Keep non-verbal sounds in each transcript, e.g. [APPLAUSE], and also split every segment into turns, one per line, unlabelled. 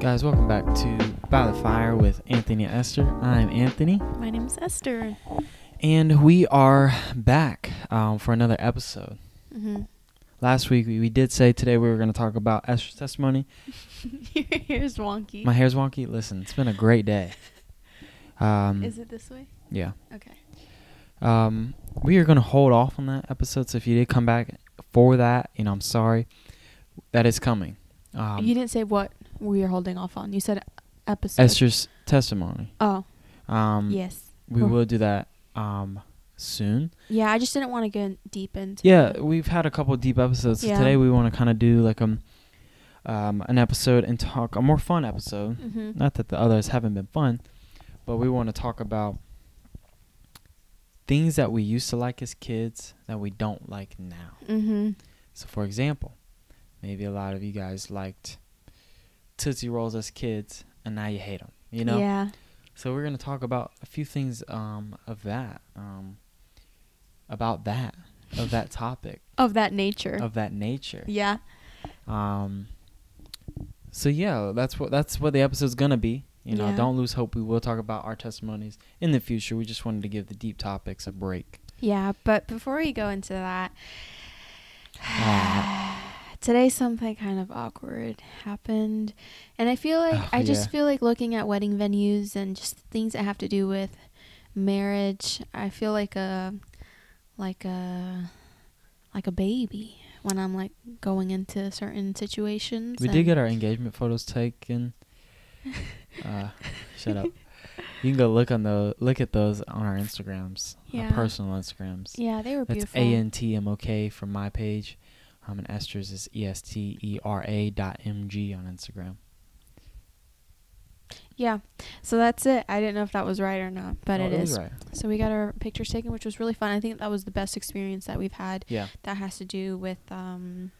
Guys, welcome back to By the Fire with Anthony and Esther. I'm Anthony,
My name's Esther.
and we are back um, for another episode.
[LAUGHS] Mm-hmm.
Last week we, we did say today we were going to talk about Esther's testimony.
Your hair's wonky.
My hair's wonky. Listen, it's been a great
[LAUGHS]
day. Um,
Is it this way?
Yeah.
Okay.
Um, we are going to hold off on that episode. So if you did come back for that, you know, I'm sorry. That is coming. Um,
you didn't say what we are holding off on. You said episode.
Esther's testimony.
Oh,
Um,
yes.
We
Oh.
will do that um, soon.
Yeah, I just didn't want to get deep into.
Yeah,
it.
we've had a couple of deep episodes. So
Yeah.
today we want to kind of do like um, um, an episode and talk a more fun episode.
Mhm.
Not that the others haven't been fun, but we want to talk about things that we used to like as kids that we don't like now.
Mhm.
So, for example, maybe a lot of you guys liked Tootsie Rolls as kids, and now you hate them. You know.
Yeah.
So we're gonna talk about a few things um of that um about that of that topic
Of that nature.
of that nature.
yeah.
Um. So yeah, that's what that's what the episode's gonna be. You know,
Yeah.
don't lose hope. We will talk about our testimonies in the future. We just wanted to give the deep topics a break.
Yeah. But before we go into that,
Uh,
[SIGHS] today something kind of awkward happened and i feel like
Oh,
i just
yeah.
feel like looking at wedding venues and just things that have to do with marriage i feel like a like a like a baby when i'm like going into certain situations
we did get our engagement photos
[LAUGHS]
taken. Uh, shut up. You can go look on the look at those on our Instagrams,
Yeah.
our personal Instagrams.
yeah they were
That's
beautiful
A N T M O K from my page. Um, and Esther's is E S T E R A dot M G on Instagram.
yeah so that's it i didn't know if that was right or not but
Oh,
it
it was
is
right.
so we got our pictures taken which was really fun i think that was the best experience that we've had
Yeah.
that has to do with um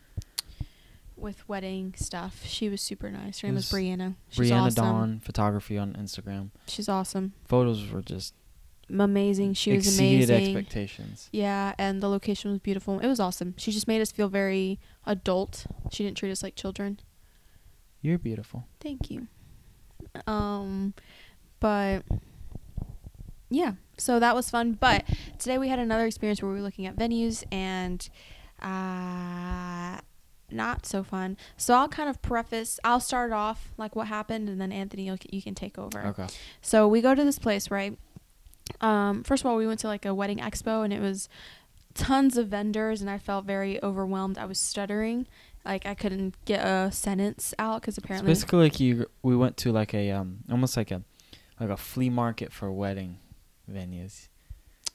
with wedding stuff. She was super nice. Her name was
It was
Brianna. She's
Brianna
awesome.
Dawn photography on Instagram.
She's awesome.
Photos were just
M- Amazing. She was
exceeded
amazing.
expectations.
yeah, and the location was beautiful. It was awesome. She just made us feel very adult. She didn't treat us like children.
You're beautiful.
Thank you. Um but yeah, so that was fun, but today we had another experience where we were looking at venues and uh not so fun. So I'll kind of preface, I'll start off like what happened and then Anthony you'll, you can take over.
Okay.
So we go to this place, right? Um, first of all, we went to like a wedding expo and it was tons of vendors, and I felt very overwhelmed. I was stuttering, like I couldn't get a sentence out because
It's
apparently,
basically like you we went to like a um almost like a like a flea market for wedding venues.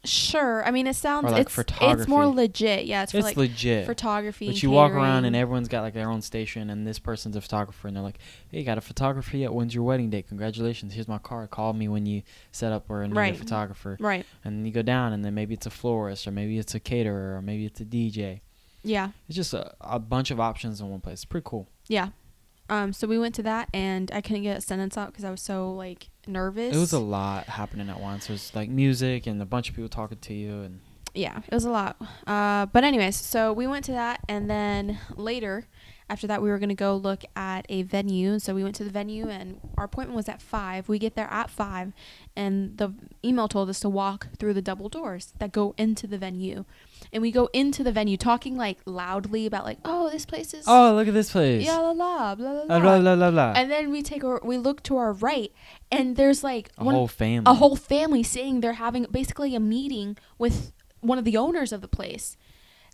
sure. I mean, it sounds
like
it's it's more
photography.
legit. Yeah, it's
It's,
for like
legit.
photography.
But
and
you walk around and
catering.
everyone's got like their own station, and this person's a photographer, and they're like, "Hey, you got a photographer yet? When's your wedding date? Congratulations! Here's my card. Call me when you set up or need
Right.
a photographer."
right.
And then you go down, and then maybe it's a florist, or maybe it's a caterer, or maybe it's a DJ.
Yeah,
It's just a, a bunch of options in one place. It's pretty cool.
yeah. Um, so we went to that, and I couldn't get a sentence out because I was so like nervous.
It was a lot happening at once. There's like music and a bunch of people talking to you, and
yeah, it was a lot. Uh, but anyways, so we went to that, and then later, after that, we were gonna go look at a venue. So we went to the venue, and our appointment was at five. We get there at five, and the email told us to walk through the double doors that go into the venue, and we go into the venue talking like loudly about like, oh, this place is
oh, look at this place. Uh,
yeah la la blah blah
La,
blah.
la, la, la, la.
And then we take a we look to our right, and there's like
a
one-
whole family.
a whole family sitting there having basically a meeting with one of the owners of the place.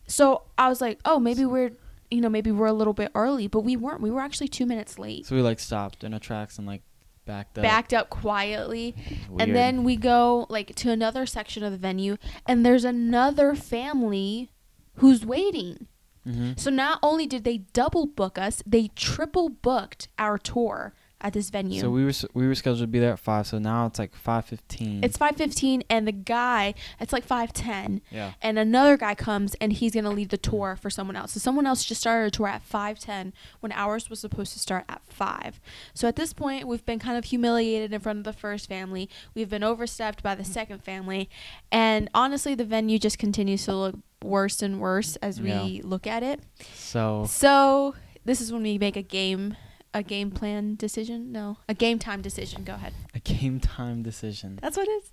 So I was like, oh, maybe we're, you know, maybe we're a little bit early, but we weren't. We were actually two minutes late.
So we like stopped in our tracks and like backed up.
Backed up quietly,
Weird.
and then we go like to another section of the venue, and there's another family who's waiting.
Mhm.
So not only did they double book us, they triple booked our tour at this venue.
So we were s- we were scheduled to be there at five. So now it's like five fifteen.
it's five fifteen, and the guy, it's like five ten.
yeah.
and another guy comes and he's gonna leave the tour for someone else. So someone else just started a tour at five ten when ours was supposed to start at five. So at this point, we've been kind of humiliated in front of the first family. We've been overstepped by the second family, and honestly, the venue just continues to look worse and worse as we
Yeah. Oh.
look at it.
So
So this is when we make a game a game plan decision? No, a game time decision. Go ahead.
A game time decision.
That's what it is.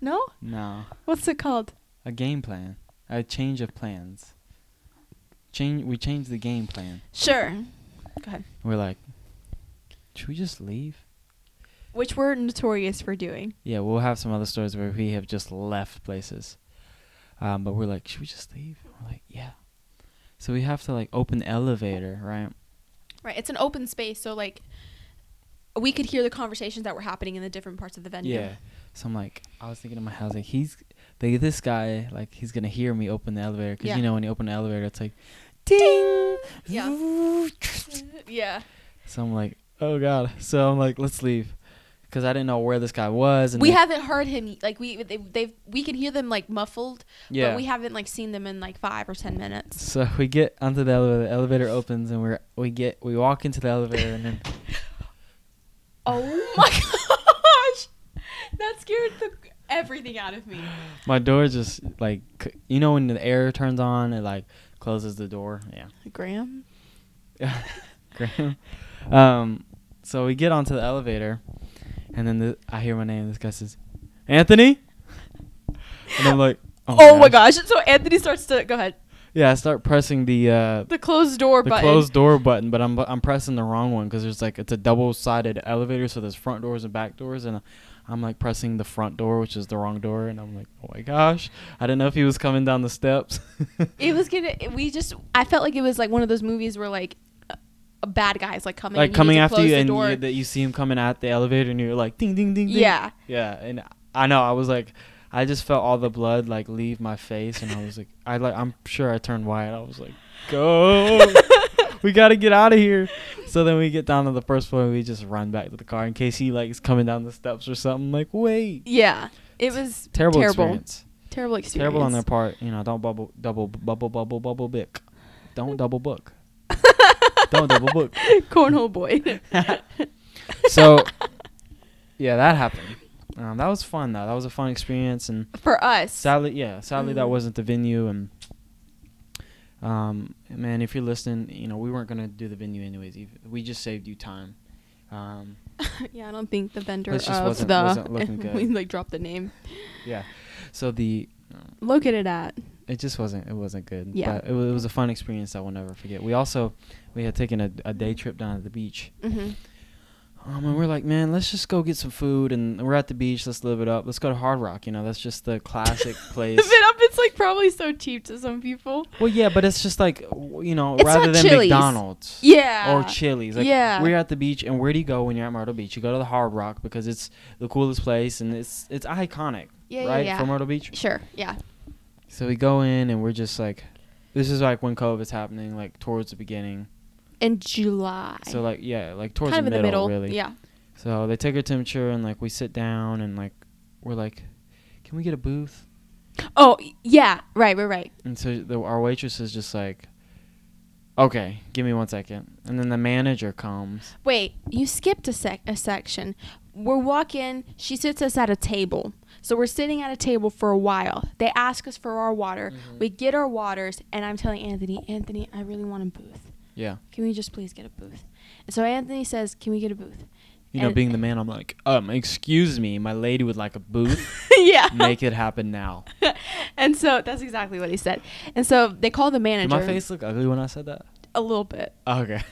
No,
No.
what's it called?
A game plan. A change of plans. Change. We changed the game plan.
Sure. Mm-hmm. Go ahead.
We're like, should we just leave?
Which we're notorious for doing.
Yeah, we'll have some other stories where we have just left places. Um, but we're like, should we just leave? We're like, yeah. So we have to like open the elevator, right?
Right. It's an open space, so like we could hear the conversations that were happening in the different parts of the venue.
Yeah. So I'm like, I was thinking in my house, like he's, like this guy, like he's gonna hear me open the elevator, cause
Yeah.
you know when you open the elevator, it's like, ding.
Yeah. yeah.
[LAUGHS] So I'm like, oh god. So I'm like, let's leave, cause I didn't know where this guy was. And
We
like-
haven't heard him like we they they've we can hear them like muffled,
Yeah.
but we haven't like seen them in like 5 or 10 minutes.
so [LAUGHS] we get onto the elevator. The elevator opens, and we're we get we walk into the elevator, and then
[LAUGHS] Oh my gosh. That scared the everything out of me.
my door just like c- you know when the air turns on, it like closes the door. Yeah.
Graham?
Graham. Um, so we get onto the elevator, and then the, I hear my name. This guy says, "Anthony," [LAUGHS] and I'm like, "Oh,
Oh, my gosh. So Anthony starts to go ahead.
Yeah, I start pressing the uh,
The closed door
the
button.
closed door button, but I'm I'm pressing the wrong one because there's like it's a double-sided elevator, so there's front doors and back doors, and I'm like pressing the front door, which is the wrong door, and I'm like, "Oh my gosh!" I didn't know if he was coming down the steps. [LAUGHS]
It was gonna. it- We just. I felt like it was like one of those movies where like a, a bad guys like coming.
like
and
coming
you need
after
to close
you,
the
and
door.
you, that you see him coming at the elevator, and you're like, "Ding, ding, ding, ding."
yeah.
Yeah, and I know I was like, I just felt all the blood like leave my face, and I was like, I like, I'm sure I turned white. I was like, go, we gotta get out of here. So then we get down to the first floor, and we just run back to the car in case he like is coming down the steps or something. Like, wait,
Yeah. It was
terrible,
Terrible.
experience.
terrible experience.
Terrible on their part. You know, don't bubble, double, bubble, bubble, bubble, bick. Don't double book. don't double book.
[LAUGHS] cornhole boy.
[LAUGHS] So, yeah, that happened. Um, that was fun though. That was a fun experience, and
For us.
Sadly, yeah. Sadly, that
Mhm.
wasn't the venue, and um, man, if you're listening, you know we weren't gonna do the venue anyways. ev- We just saved you time. Um,
[LAUGHS] yeah, I don't think the vendor
This just
of
wasn't-
the
wasn't
[LAUGHS]
looking good.
we like dropped the name.
yeah. So the
Located at
it just wasn't it wasn't good.
Yeah.
But it, was, it was a fun experience that we'll never forget. We also we had taken a, a day trip down to the beach.
[LAUGHS] mm-hmm.
Um, and we're like, man, let's just go get some food, and we're at the beach. Let's live it up. Let's go to Hard Rock. You know, that's just the
[LAUGHS]
classic place.
up. It's like probably so cheap to some people.
Well, yeah, but it's just like w- you know,
It's
rather
not
than
Chili's.
McDonald's.
Yeah.
or Chili's. Like,
Yeah.
We're at the beach, and where do you go when you're at Myrtle Beach? You go to the Hard Rock because it's the coolest place and it's it's iconic,
yeah, yeah,
right?
yeah.
For Myrtle Beach.
sure. Yeah.
So we go in, and we're just like, this is like when COVID's happening, like towards the beginning.
In July.
So like yeah, like towards
kind of
the,
in the
middle,
middle.
really.
Yeah.
So they take her temperature, and like we sit down, and like we're like, can we get a booth?
Oh yeah. Right. Right. Right.
And so the, our waitress is just like, okay, give me one second. And then the manager comes.
Wait, you skipped a sec a section. We're walking. She sits us at a table. So we're sitting at a table for a while. They ask us for our water.
Mm-hmm.
We get our waters, and I'm telling Anthony, Anthony, I really want a booth.
Yeah.
Can we just please get a booth? And so Anthony says, Can we get a booth?
You know,
And-
being the man, I'm like, um, excuse me, my lady would like a
[LAUGHS]
booth.
[LAUGHS] yeah.
Make it happen
[LAUGHS]
now.
And so that's exactly what he said. And so they call the
Did
manager.
my face look ugly when I said that?
A little bit. [LAUGHS]
Okay.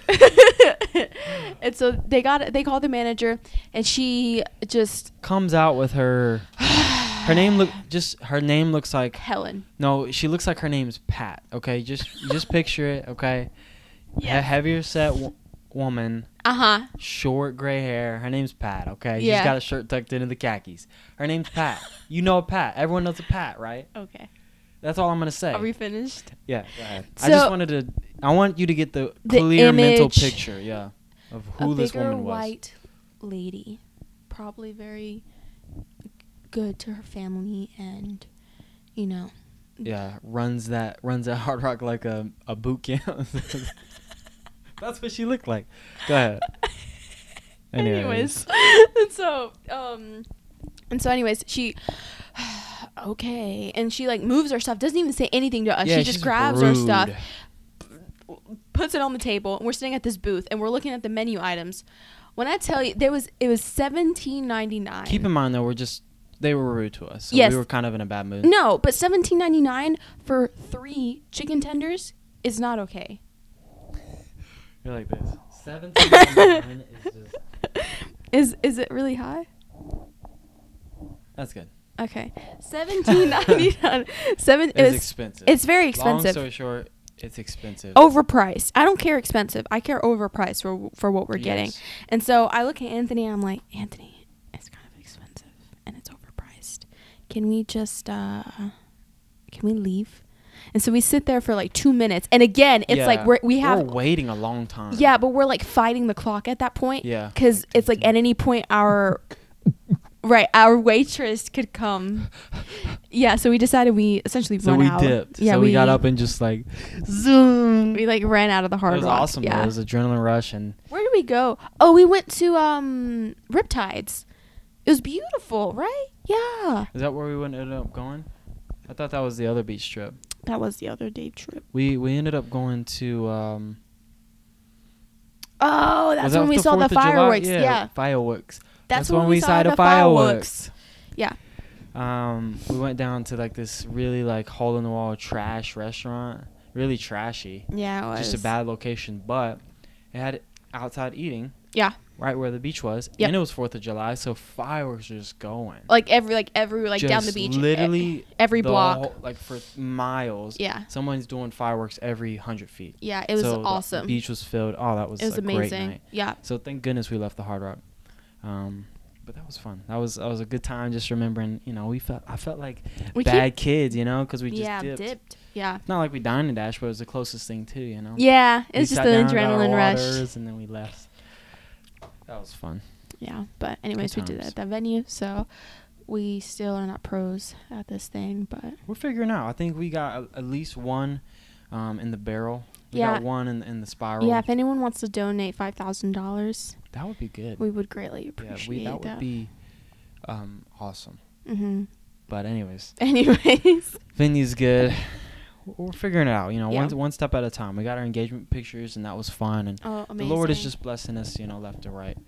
and so they got they called the manager, and she just
[LAUGHS] Comes out with her. Her name look just her name looks like
[SIGHS] Helen.
no, she looks like her name's Pat. Okay, just just picture it. Okay, He-
Yeah.
heavier set w- woman,
Uh huh.
short gray hair. Her name's Pat. Okay, she's
Yeah.
got a shirt tucked into the khakis. Her name's Pat. you know a Pat. Everyone knows a Pat, right?
Okay.
That's all I'm gonna say.
Are we finished?
Yeah, go ahead. I just
So-
wanted to. I want you to get the,
The
clear mental
image-
picture, yeah, of who
a
this
bigger
woman was.
white lady, probably very good to her family, and you know,
Yeah, runs that runs that [LAUGHS] hard rock like a a boot camp. [LAUGHS] That's what she looked like. Go ahead.
[LAUGHS] anyways. [LAUGHS] and so, um, and so, anyways, she. [SIGHS] Okay, and she like moves her stuff. Doesn't even say anything to us.
Yeah,
she just
she's
grabs her
rude.
stuff, puts it on the table, and we're sitting at this booth and we're looking at the menu items. When I tell you, there was it was seventeen ninety nine.
Keep in mind though, we're just they were rude to us, so
Yes.
we were kind of in a bad mood.
No, but seventeen ninety nine for three chicken tenders is not okay.
You're like this.
[LAUGHS]
Seventeen is just
Is is it really high?
that's good.
Okay, seventeen ninety
[LAUGHS]
[LAUGHS] nine. Seven.
It's
It was,
expensive.
it's very
Long
expensive.
story short, it's expensive.
overpriced. I don't care expensive. I care overpriced for for what we're getting.
Yes.
And so I look at Anthony and I'm like, Anthony, it's kind of expensive and it's overpriced. Can we just uh can we leave? And so we sit there for like 2 minutes. And again, it's like
Yeah.
we're, we have
we're waiting a long time.
Yeah, but we're like fighting the clock at that point.
Yeah.
Cuz it's like at any point [LAUGHS] our right, our waitress could come. Yeah, so we decided we essentially
So
run
we
out.
dipped.
Yeah,
so we, got up and just like zoom.
we like ran out of the hard
it was
rock.
awesome.
Yeah.
Though. It was adrenaline rush and
Where did we go? Oh, we went to um Riptides. It was beautiful, right? Yeah.
is that where we went ended up going? I thought that was the other beach trip.
That was the other day trip.
We we ended up going to um
Oh,
was
that's
that
when we
the
saw the
4th of July?
fireworks. Yeah.
Fireworks.
That's, when, we saw the fireworks. Yeah.
Um we went down to like this really like hole in the wall trash restaurant. Really trashy.
Yeah, it was.
Just a bad location, but it had outside eating.
Yeah.
Right where the beach was.
Yep.
And it was Fourth of July, so fireworks were just going.
like every like every like down the
Just
beach. e-,
Literally
every
the
block.
whole- like for miles.
yeah.
Someone's doing fireworks every hundred feet.
Yeah, it was
So the
awesome.
beach was filled. Oh, that was
it was
a great
amazing.
night.
Yeah.
So thank goodness we left the Hard Rock. Um, but that was fun. That was that was a good time. Just remembering, you know, we felt I felt like
We
bad kids, you know, because we just
yeah,
dipped.
Yeah.
Not like we dined and dashed, but it was the closest thing too, you know.
Yeah, it
We
was just
sat
an
down, got our
adrenaline rush.
waters, and then we left. That was fun.
Yeah, but anyways, we did that
times.
at that venue, so we still are not pros at this thing, but
We're figuring out. I think we got a, at least one um, in the barrel. We
Yeah.
got one in, in the spiral.
Yeah, if anyone wants to donate five thousand dollars,
that would be good.
we would greatly
yeah,
appreciate
we, that
that.
would be um, awesome.
mm-hmm. [LAUGHS]
But anyways,
Anyways,
venue's good. We're figuring it out, you know,
Yeah.
one, one step at a time. We got our engagement pictures, and that was fun. And
oh, amazing.
the Lord is just blessing us, you know, left and right.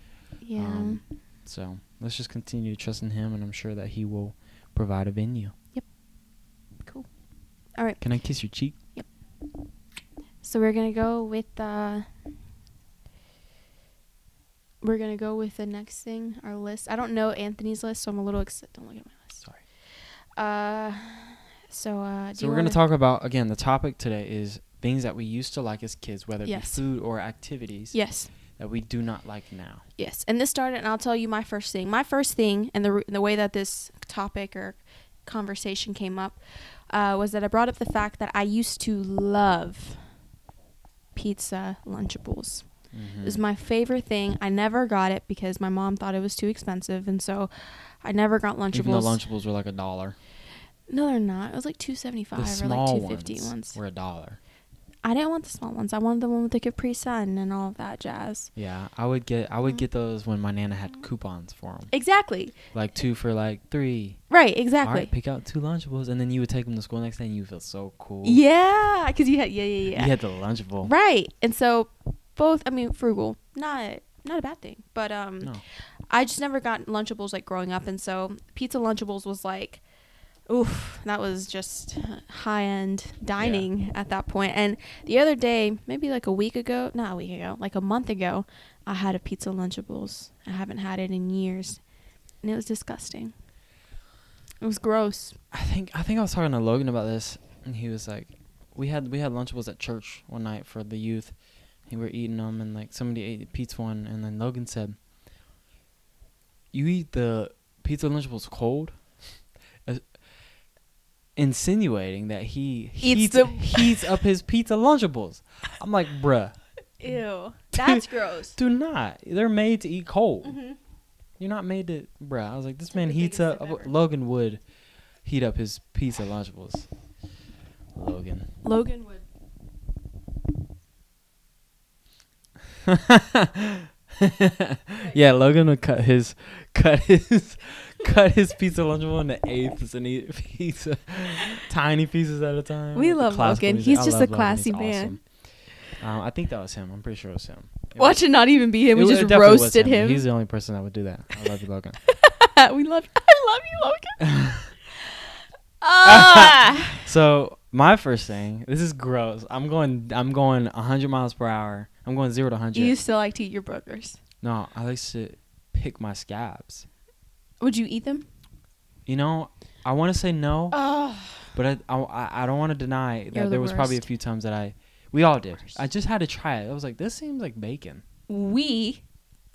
yeah.
um, So let's just continue to trust in Him, and I'm sure that He will provide a venue.
All right,
Can I kiss your cheek?
so we're gonna go with uh, we're gonna go with the next thing, our list. I don't know Anthony's list, so I'm a little excited. Don't look at my list.
Sorry.
Uh, so uh, do
So
you
we're going
wanna-
to talk about, again, the topic today is things that we used to like as kids, whether
Yes.
it be food or activities
Yes.
that we do not like now.
Yes, and this started, and I'll tell you my first thing. My first thing, and the re- the way that this topic or conversation came up, uh, was that I brought up the fact that I used to love pizza lunchables. It
Mm-hmm. Mm.
was my favorite thing. I never got it because my mom thought it was too expensive, and so I never got lunchables.
Even though Lunchables were like a dollar,
no, they're not. It was like two seventy
the
five or like
small
two fifty
ones
ones.
were a dollar.
I didn't want the small ones. I wanted the one with the Capri Sun and all of that jazz.
Yeah, I would get I
Mm.
would get those when my nana had coupons for them,
Exactly.
like two for like three.
Right.
All
Exactly.
right, pick out two Lunchables, and then you would take them to school next day, and you feel so cool.
Yeah, because you had yeah yeah yeah.
you had the Lunchable.
Right. And so both I mean frugal, not not a bad thing. But um
No,
I just never got lunchables like growing up and so pizza lunchables was like oof, that was just high-end dining at that point. And the other day, maybe like a week ago, not a week ago, like a month ago, I had a pizza lunchables. I haven't had it in years. And it was disgusting. It was gross.
I think I think I was talking to Logan about this, and he was like, "We had we had Lunchables at church one night for the youth, and we were eating them, and like somebody ate the pizza one, and then Logan said, "You eat the pizza Lunchables cold." As- Insinuating that he heats,
Eats them.
heats up his pizza lunchables. I'm like, bruh,
[LAUGHS] Ew.
that's
gross.
do not. They're made to eat cold. You're not made to, bruh. I was like, this
Took
man
Mm-hmm. the
heats
biggest
up.
sip ever.
Logan would heat up his pizza lunchables. Logan. [LAUGHS]
Logan would
yeah, Logan would cut his, cut his, [LAUGHS] cut his pizza lunchable into eighths and eat pizza, [LAUGHS] tiny pieces at a time.
We
with the
love
classical
Logan.
music.
He's
I
just
love
a classy
He's
man.
awesome. Um, I think that was him. I'm pretty sure it was him. It
Watch it not even be him.
it
We
wa- it
just
definitely was
roasted him.
He's the only person that would do that. I love you, Logan.
[LAUGHS] we love. I love you, Logan. [LAUGHS] ah,
So my first thing, this is gross. I'm going. I'm going 100 miles per hour. I'm going zero to 100.
you used to like to eat your burgers.
no, I like to pick my scabs.
Would you eat them?
You know, I want to say no,
Oh,
but I I- I, I don't want to deny that
You're the
there was probably a
worst.
few times that I, we all did.
Worst.
I just had to try it. I was like, this seems like bacon.
we,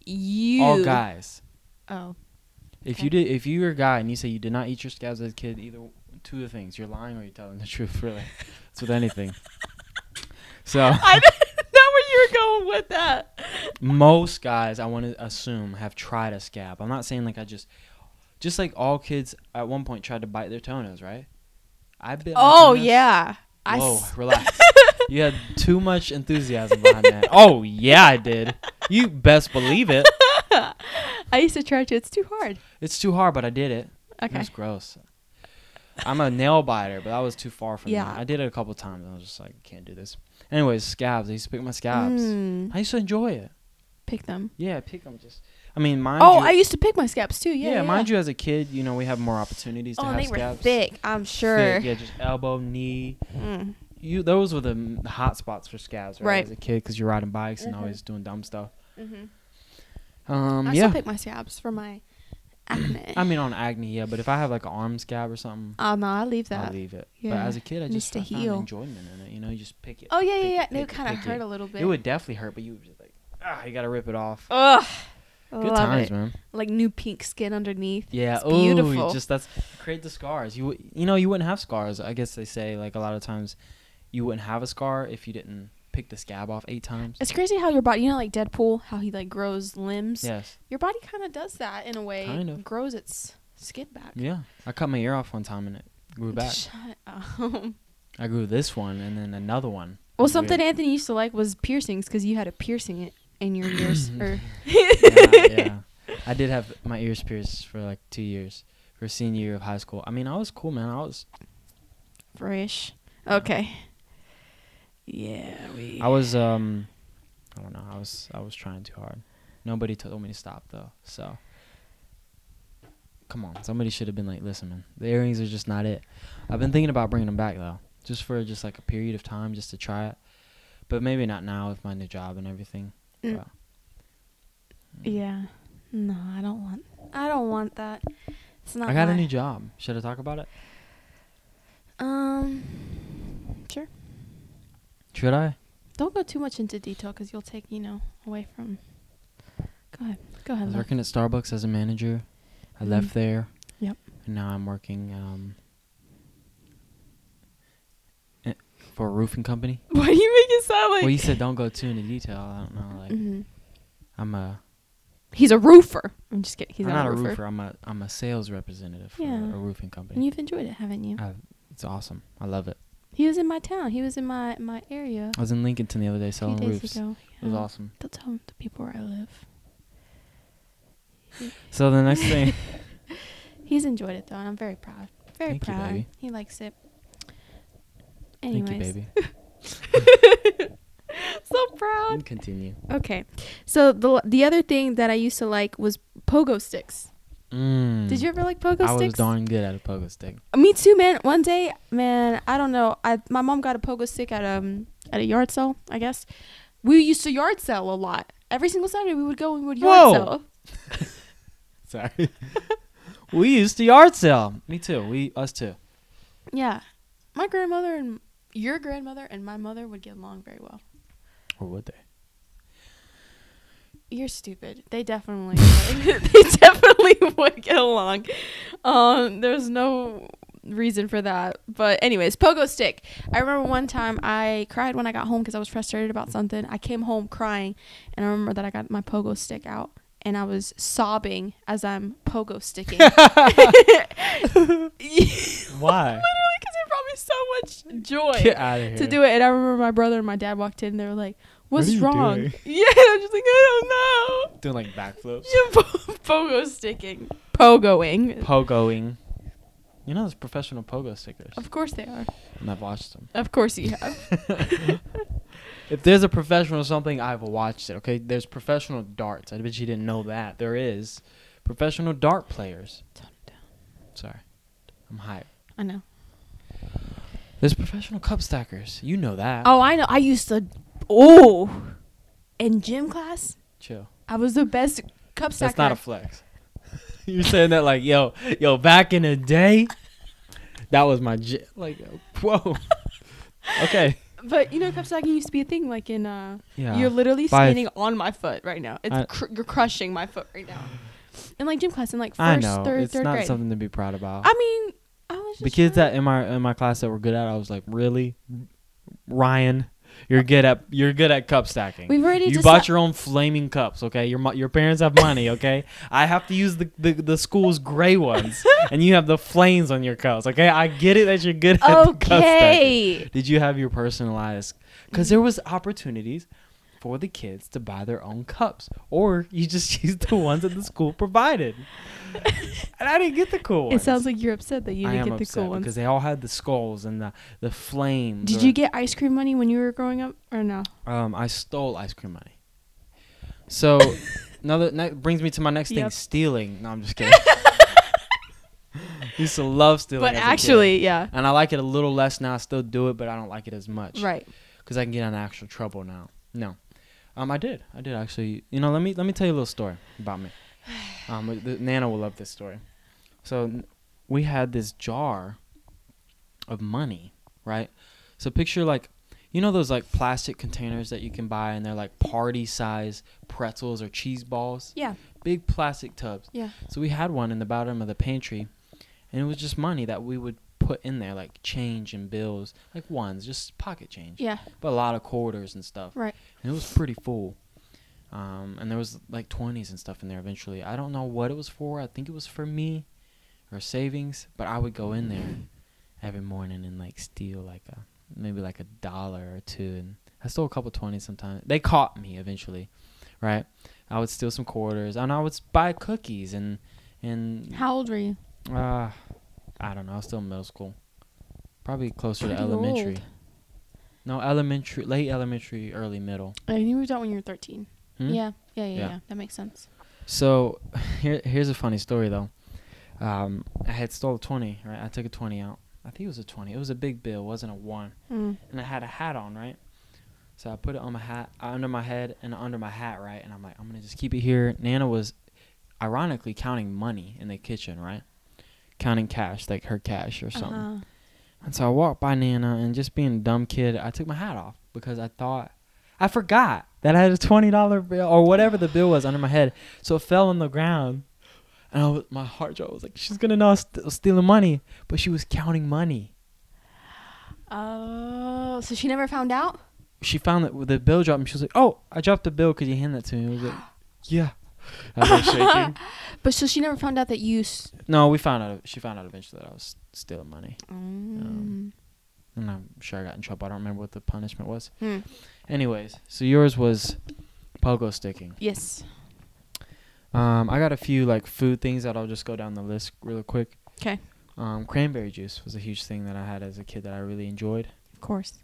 you,
All guys,
Oh,
if
Okay.
you did, if you were a guy and you say you did not eat your scabs as a kid, either two of the things, you're lying or you're telling the truth. Really, it's with
[LAUGHS]
anything. So.
I [LAUGHS] didn't know where you were going with [LAUGHS] that.
most guys i want to assume have tried a scab i'm not saying like i just just like all kids at one point tried to bite their toenails right i bit my
Oh
toenails.
yeah, I.
whoa
s- [LAUGHS]
relax you had too much enthusiasm behind that oh yeah i did you best believe it
I used to try to. It's too hard.
it's too hard but i did it it
Okay.
was gross i'm a nail biter but that was too far for
Yeah.
me i did it a couple times i was just like can't do this anyways scabs i used to pick my scabs
Mm,
i used to enjoy it
pick them.
yeah pick them just i mean mind
Oh,
you,
I used to pick my scabs too. Yeah,
Yeah, mind you, as a kid, you know, we have more opportunities to
Oh,
have
they were
scabs.
thick. I'm
Thick,
sure.
yeah, just elbow, knee.
Mm.
You those were the mm, hot spots for scabs, right?
Right.
As a kid, because you're riding bikes and
Mhm.
always doing dumb stuff.
hmm
Um,
I
yeah.
still pick my scabs for my acne.
I mean, on acne, yeah, but if I have like an arm scab or something,
oh no, I leave
I'll
that.
leave it. But
Yeah.
as a kid, I
Needs
just
to
I found
heal.
enjoyment in it. You know, you just pick it.
Oh yeah, yeah,
pick
yeah.
it,
They
pick it,
kind of
pick
hurt a little bit.
It would definitely hurt, but you would just like, ah, you gotta rip it off.
Ugh.
Good
Oh, Love
times,
it.
man.
Like new pink skin underneath.
Yeah,
It's
ooh,
beautiful.
you just that's create the scars. You wou- you know you wouldn't have scars. I guess they say like a lot of times, you wouldn't have a scar if you didn't pick the scab off eight times.
It's crazy how your body, you know, like Deadpool, how he like grows limbs.
yes.
Your body kind of does that in a way.
Kind of.
Grows its skin back.
Yeah. I cut my ear off one time and it grew back.
Shut
[LAUGHS]
up.
I grew this one and then another one.
Well,
It's weird.
something Anthony used to like was piercings because you had a piercing i- in your ears.
[CLEARS THROAT]
or [LAUGHS]
yeah, yeah. I did have my ears pierced for like two years for senior year of high school. I mean, I was cool, man. I was
fresh. Okay. Yeah, we.
I was um, I don't know. I was I was trying too hard. Nobody told me to stop though. So come on, somebody should have been like, listen, man, the earrings are just not it. I've been thinking about bringing them back though, just for just like a period of time, just to try it. But maybe not now with my new job and everything.
Mm.
But- mm.
Yeah. No, I don't want. I don't want that. It's not.
I got
my,
a new job. Should I talk about it?
Um. Sure.
Should I?
Don't go too much into detail because you'll take you know away from. Go ahead. Go
I
ahead.
was
Lo-
working at Starbucks as a manager. I left
Mhm.
there.
Yep.
And now I'm working um, eh, for a roofing company.
[LAUGHS] Why do you make it sound like?
well, you said don't go too into detail. I don't know. Like
Mhm.
I'm a
He's a roofer. I'm just kidding. He's
am not a
roofer.
roofer. I'm a I'm a sales representative for
Yeah.
a roofing company.
And you've enjoyed it, haven't you?
I- it's awesome. I love it.
He was in my town. He was in my my area.
I was in Lincolnton the other day
a few
selling
days
roofs.
ago. Oh.
It was
yeah.
awesome.
Don't tell the people where I live.
So the next
[LAUGHS]
thing,
He's enjoyed it though, and I'm very proud. Very
Thank you,
proud.
baby.
He likes it. Anyways,
thank you,
[LAUGHS]
baby.
so
You can
proud.
continue.
Okay, so the the other thing that I used to like was pogo sticks.
Mm.
Did you ever like pogo
I was
sticks?
darn good at a pogo stick. [LAUGHS]
Me too, man. One day, man, I don't know. I my mom got a pogo stick at um at a yard sale, I guess. We used to yard sale a lot. Every single Saturday, we would go and we would yard
Whoa.
sell.
Sorry. [LAUGHS] we used to yard sale. Me too. We us too.
Yeah. My grandmother and your grandmother and my mother would get along very well.
Or would
[LAUGHS]
they? [LAUGHS]
You're stupid. They definitely would. [LAUGHS] they definitely would get along. Um there's no reason for that. But anyways, pogo stick. I remember one time I cried when I got home cuz I was frustrated about something. I came home crying and I remember that I got my pogo stick out and I was sobbing as I'm pogo
[LAUGHS]
sticking. [LAUGHS]
Why?
because it brought me so much joy.
Get out of here.
to do it. And I remember my brother and my dad walked in. they were like,
What are
"What's
you
wrong?"
doing?
[LAUGHS] Yeah, I was just like, "I don't know."
Doing like backflips.
You po- [LAUGHS] pogo sticking, pogoing.
Pogoing. You know those professional pogo stickers.
of course they are.
And I've watched them.
Of course you have.
If there's a professional or something, I've watched it. Okay, there's professional darts. I bet you didn't know that there is professional dart players.
Tone it down.
Sorry, I'm hype.
[LAUGHS] I know.
There's professional cup stackers. You know that.
Oh, I know. I used to. Oh, in gym class,
chill.
I was the best cup stacker.
That's not a flex. [LAUGHS] You're saying that like yo, yo. Back in the day, that was my j- like.
[LAUGHS]
Whoa. okay.
but you know, cup stacking used to be a thing. Like in, uh,
Yeah.
you're literally
By-
standing on my foot right now. It's
I-
cr- you're crushing my foot right now. In like gym class, in like first,
I know
third,
it's
third
not
grade.
something to be proud about.
I mean, I was just
the kids
trying-
that in my in my class that were good at, it, I was like, really, Ryan, you're good at you're good at cup stacking.
we've already
you
just
bought your own flaming cups, okay? Your mo- your parents have money, okay? I have to use the, the, the school's gray
[LAUGHS]
ones, and you have the flames on your cups, okay? I get it that you're good [LAUGHS] at the cup stacking.
okay.
Did you have your personalized? Because there was opportunities for the kids to buy their own cups, or you just [LAUGHS] used the ones that the school provided. And I didn't get the cool
It
ones.
sounds like you're upset that you
I
didn't
am
get the
upset
cool ones.
because they all had the skulls and the the flames.
Did
or-
you get ice cream money when you were growing up or no?
Um, I stole ice cream money.
[LAUGHS]
So, another ne- brings me to my next thing:
Yep.
stealing. No, I'm just
[LAUGHS]
kidding. [LAUGHS] Used to love stealing,
But
as a kid.
actually, yeah.
and I like it a little less now. I still do it, but I don't like it as much,
Right.
Because I can get in actual trouble now. No, um, I did. I did actually. You know, let me let me tell you a little story about me. [SIGHS] Um, the, Nana will love this story. So, n- we had this jar of money, right? So picture like you know those like plastic containers that you can buy and they're like party size pretzels or cheese balls?
Yeah.
Big plastic tubs.
Yeah.
So we had one in the bottom of the pantry and it was just money that we would put in there, like change and bills, like ones, just pocket change.
Yeah.
But a lot of quarters and stuff.
Right.
And it was pretty full. Um, and there was like 20s and stuff in there eventually. I don't know what it was for. I think it was for me or savings, but I would go in there every morning and like steal like a maybe like a dollar or two and I stole a couple 20s sometimes. They caught me eventually, right? I would steal some quarters and I would s- buy cookies and and
How old were you?
uh, I don't know. I was still in middle school. Probably closer to
Pretty
elementary.
old.
No, elementary, late elementary, early middle.
I you moved out when you were 13.
Hmm?
Yeah. Yeah, yeah,
Yeah.
yeah, That makes sense.
So [LAUGHS] here, here's a funny story though. Um, I had stole a twenty, right? I took a twenty out. I think it was a twenty. It was a big bill, it wasn't a one.
Mm.
And I had a hat on, right? So I put it on my hat, uh, under my head, and under my hat, right? And I'm like, I'm gonna just keep it here. Nana was, ironically, counting money in the kitchen, right? Counting cash, like her cash or something.
Uh-huh.
And so I walked by Nana, and just being a dumb kid, I took my hat off because I thought I forgot that I had a twenty dollar bill or whatever the bill was under my head, so it fell on the ground, and I was, my heart dropped. I was like, she's gonna know I was st- stealing money, but she was counting money.
Oh, so she never found out?
She found that the bill dropped, and she was like, "Oh, I dropped the bill. Could you hand that to me?" I was like, "Yeah." I was like shaking.
But so she never found out that you. S-
No, we found out. She found out eventually that I was stealing money,
mm.
and I'm sure I got in trouble. I don't remember what the punishment was.
Hmm.
Anyways, so yours was pogo sticking.
Yes.
Um, I got a few like food things that I'll just go down the list real quick.
'Kay.
Um, cranberry juice was a huge thing that I had as a kid that I really enjoyed.
Of course.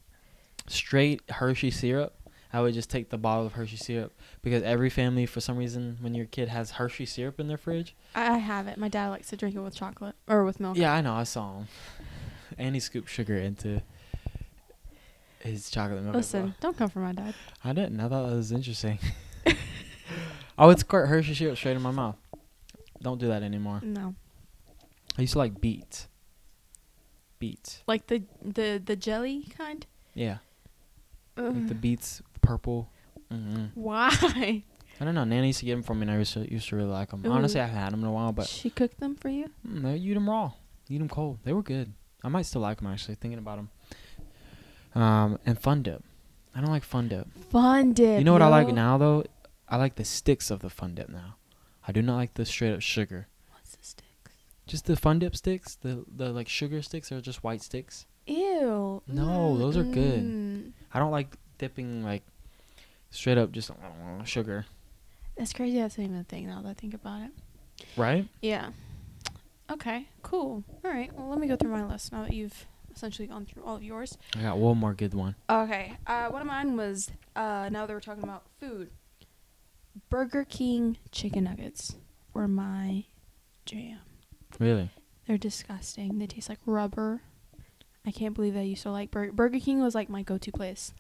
Straight Hershey syrup. I would just take the bottle of Hershey syrup because every family, for some reason, when your kid has Hershey syrup in their fridge.
I, I have it. My dad likes to drink it with chocolate or with milk.
Yeah, I know. I saw him. [LAUGHS] and he scooped sugar into his chocolate milk. as well.
Listen, don't come for my dad.
I didn't. I thought that was interesting. [LAUGHS] I would squirt Hershey syrup straight in my mouth. Don't do that anymore.
No.
I used to like beets. Beets.
Like the the the jelly kind?
Yeah. Like
Ugh.
the beets, purple. hmm
Why?
I don't know. Nana used to get them for me, and I used to, used to really like them. Honestly,
Ooh.
I haven't had them in a while, but
she cooked them for you?
mm, no, you eat them raw. Eat them cold. They were good. I might still like them, actually, thinking about them. Um, and Fun Dip. I don't like Fun Dip.
Fun dip.
You know what I like
yo.
now, though? I like the sticks of the Fun Dip now. I do not like the straight up sugar.
What's the sticks?
Just the Fun Dip sticks, the, the like sugar sticks, are just white sticks.
Ew.
No, those are good.
Mm-mm.
I don't like dipping like straight up just uh, sugar.
That's crazy. That's not even a thing now that I think about it.
Right?
Yeah. Okay. Cool. All right. Well, let me go through my list now that you've essentially gone through all of yours.
I got one more good one.
Okay. Uh, one of mine was uh, now that we're talking about food, Burger King chicken nuggets were my jam.
Really?
They're disgusting. They taste like rubber. I can't believe that I used to like Burger Burger King was like my go-to place.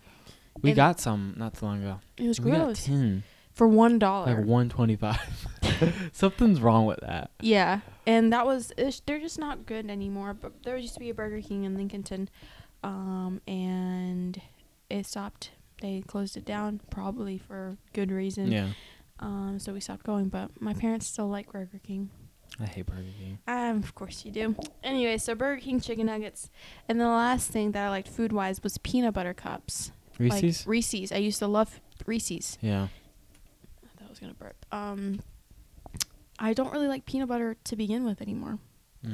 We
And-
got some not too long ago.
It was
we got
gross
ten,
for one
like
dollar.
one twenty-five. [LAUGHS] Something's wrong with that.
Yeah, and that was it's, they're just not good anymore. But there used to be a Burger King in Lincolnton, um, and it stopped. They closed it down probably for good reason.
Yeah,
Um, so we stopped going. But my parents still like Burger King.
I hate Burger King.
Um, of course you do. Anyway, so Burger King chicken nuggets, and the last thing that I liked food wise was peanut butter cups. Like,
Reese's.
Reese's. I used to love Reese's.
yeah,
I thought I was gonna burp. Um, I don't really like peanut butter to begin with anymore.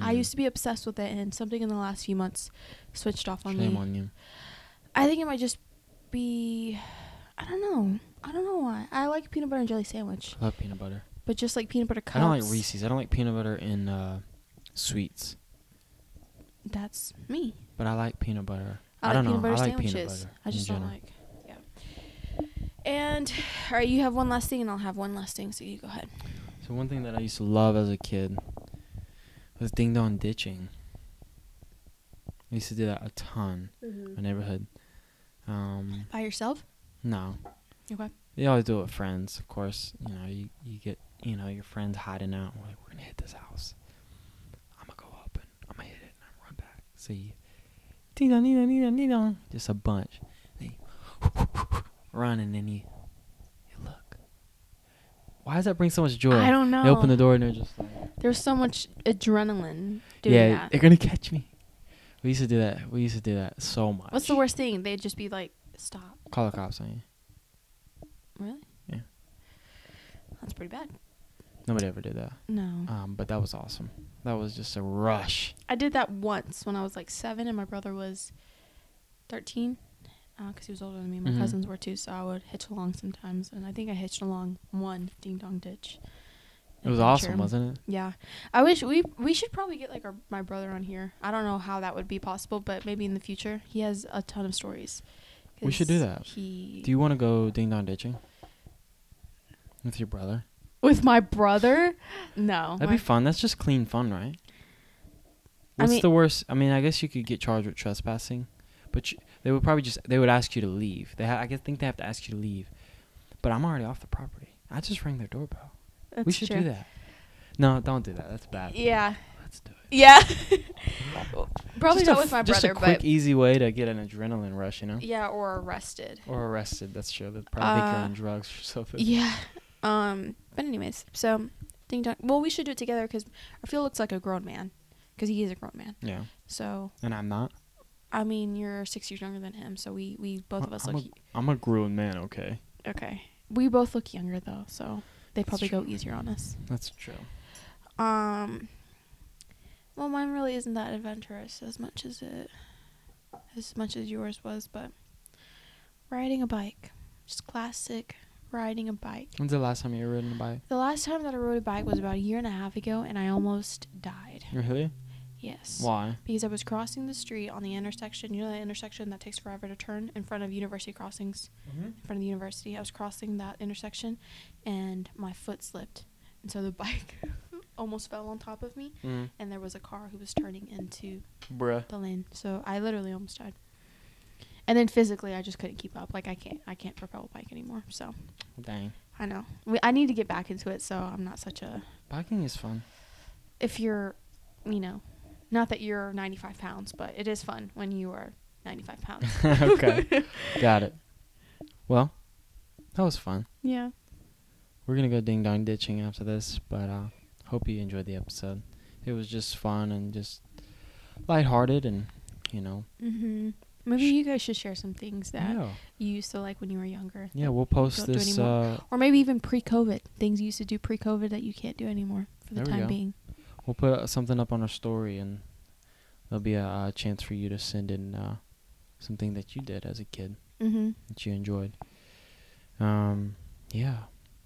I
Mm.
used to be obsessed with it, and something in the last few months switched off on
Shame
me.
on you.
I think it might just be, I don't know. I don't know why. I like peanut butter and jelly sandwich,
I love peanut butter.
but just like peanut butter cups.
I don't like Reese's. I don't like peanut butter in uh, sweets,
That's me.
but I like peanut butter.
I,
I
like
don't
peanut
know.
butter
I like
sandwiches.
peanut butter.
I
in
just don't
general.
like. Yeah. And all right, you have one last thing, and I'll have one last thing. So you go ahead.
So one thing that I used to love as a kid was ding dong ditching. I used to do that a ton. in My neighborhood. Um,
By yourself.
no,
Okay.
they always do it with friends, of course. You know, you, you get you know your friends hiding out. We're like, we're gonna hit this house. I'm gonna go up and I'm gonna hit it and I'm run back. So you ding dong, ding dong, ding dong, ding dong, just a bunch. Then you [LAUGHS] run and then you, you look. Why does that bring so much joy?
I don't know.
They open the door and they're just like,
There's so much adrenaline doing
yeah,
that.
they're gonna catch me. We used to do that. We used to do that so much.
What's the worst thing? They'd just be like, "Stop."
Call the cops on you.
Really?
Yeah.
That's pretty bad.
Nobody ever did that.
No.
Um, but that was awesome. That was just a rush.
I did that once when I was like seven and my brother was 13 because he was older than me. My
Mhm.
cousins were too, so I would hitch along sometimes. And I think I hitched along one ding dong ditch.
It was
adventure.
awesome, wasn't it?
Yeah. I wish we we should probably get like our, my brother on here. I don't know how that would be possible, but maybe in the future. He has a ton of stories.
We should do
'Cause
that.
He
Do you want to go ding dong ditching with your brother?
with my brother? No.
That'd
Oh my-
be fun. That's just clean fun, right?
I
What's
mean-
the worst? I mean, I guess you could get charged with trespassing, but you, they would probably just they would ask you to leave. They ha- I guess think they have to ask you to leave. But I'm already off the property. I just rang their doorbell. we
that's
should
true.
do that. No, don't do that. That's bad.
Yeah. [LAUGHS]
Let's do it.
Yeah. Probably
Just a
not with my
f- just
brother,
a quick,
but
easy way to get an adrenaline rush, you know,
yeah, or arrested.
or arrested. That's true. They probably think you're
Uh,
on drugs or something.
Yeah. Um. But anyways, so ding dong. Well, we should do it together because Raphael looks like a grown man, because he is a grown man.
Yeah,
So
and I'm not.
I mean, you're six years younger than him, so we we both of us
I'm
look.
a- I'm a grown man, okay.
okay. We both look younger though, so they
That's
probably
true.
go easier on us.
That's true.
Um. Well, mine really isn't that adventurous as much as it, as much as yours was, but riding a bike, just classic riding a bike.
When's the last time you were ridden a bike?
The last time that I rode a bike was about a year and a half ago, and I almost died.
Really?
Yes.
Why?
Because I was crossing the street on the intersection. You know that intersection that takes forever to turn in front of university crossings,
Mm-hmm.
in front of the university. I was crossing that intersection, and my foot slipped, and so the [LAUGHS] bike almost fell on top of me.
Mm.
And there was a car who was turning into
Bruh.
the lane, so I literally almost died. And then physically, I just couldn't keep up. Like I can't, I can't propel a bike anymore. So
Dang.
I know we, I need to get back into it. So I'm not such a
Biking is fun.
if you're, you know, not that you're 95 pounds, but it is fun when you are 95 pounds.
[LAUGHS] [LAUGHS] Okay. Got it. Well, that was fun.
[LAUGHS] yeah.
We're gonna go ding dong ditching after this, but uh, hope you enjoyed the episode. It was just fun and just lighthearted, and you know.
Mm-hmm. Maybe you guys should share some things that
Yeah.
you used to like when you were younger.
Yeah, we'll post
Don't do
this.
anymore.
Uh,
Or maybe even pre-COVID, things you used to do pre-COVID that you can't do anymore for the
There we
time
go.
being.
we'll put uh, something up on our story, and there'll be a, uh chance for you to send in uh, something that you did as a kid.
Mm-hmm.
that you enjoyed. Um, yeah,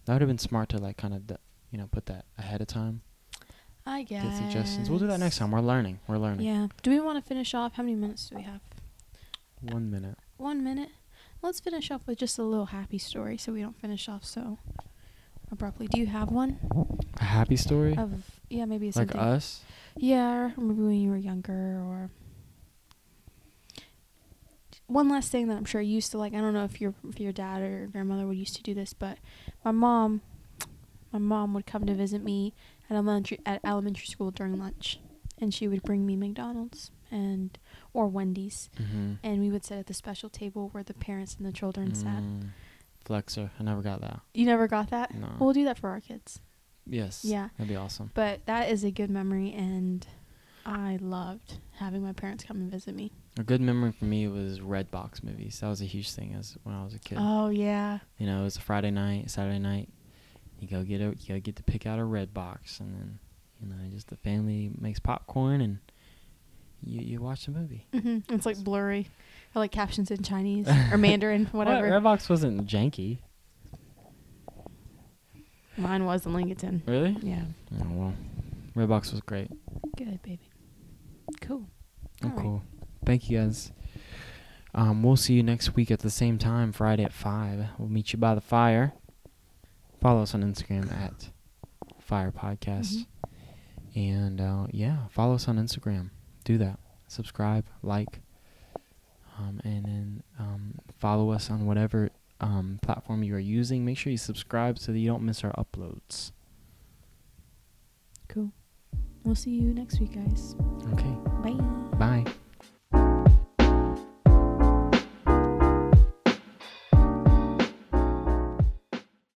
that would have been smart to like kind of, d you know, put that ahead of time.
I guess.
Get suggestions. We'll do that next time. We're learning. We're learning.
Yeah. Do we want to finish off? How many minutes do we have?
One minute.
One minute. Let's finish off with just a little happy story, so we don't finish off so abruptly. Do you have one?
A happy story?
Of yeah, maybe
like
something.
us?
Yeah, or maybe when you were younger, or one last thing that I'm sure you used to like. I don't know if your if your dad or your grandmother would used to do this, but my mom, my mom would come to visit me at elementary at elementary school during lunch, and she would bring me McDonald's and or Wendy's,
Mm-hmm.
and we would sit at the special table where the parents and the children sat.
Flexer. I never got that.
You never got that.
Mm. No.
We'll do that for our kids,
yes.
yeah.
That'd be awesome.
but that is a good memory, and I loved having my parents come and visit me.
A good memory for me was Red Box movies. That was a huge thing as when I was a kid.
Oh yeah.
you know, it was a Friday night, Saturday night. You go get a you go get to pick out a red box, and then you know, just the family makes popcorn and you you watch the movie.
hmm It's like blurry, or like captions in Chinese
[LAUGHS]
or Mandarin, whatever.
Red box wasn't janky,
Mine was in Lincoln.
really.
Yeah,
Oh well, red box was great.
good baby. Cool.
Oh,
All right.
cool. Thank you guys. Um, we'll see you next week at the same time, Friday at five. We'll meet you by the fire. Follow us on Instagram at Fire Podcast,
Mm-hmm.
and uh, yeah, follow us on Instagram. Do that. Subscribe, like, um, and then um, follow us on whatever um, platform you are using. Make sure you subscribe so that you don't miss our uploads.
Cool. We'll see you next week, guys.
Okay.
Bye.
Bye.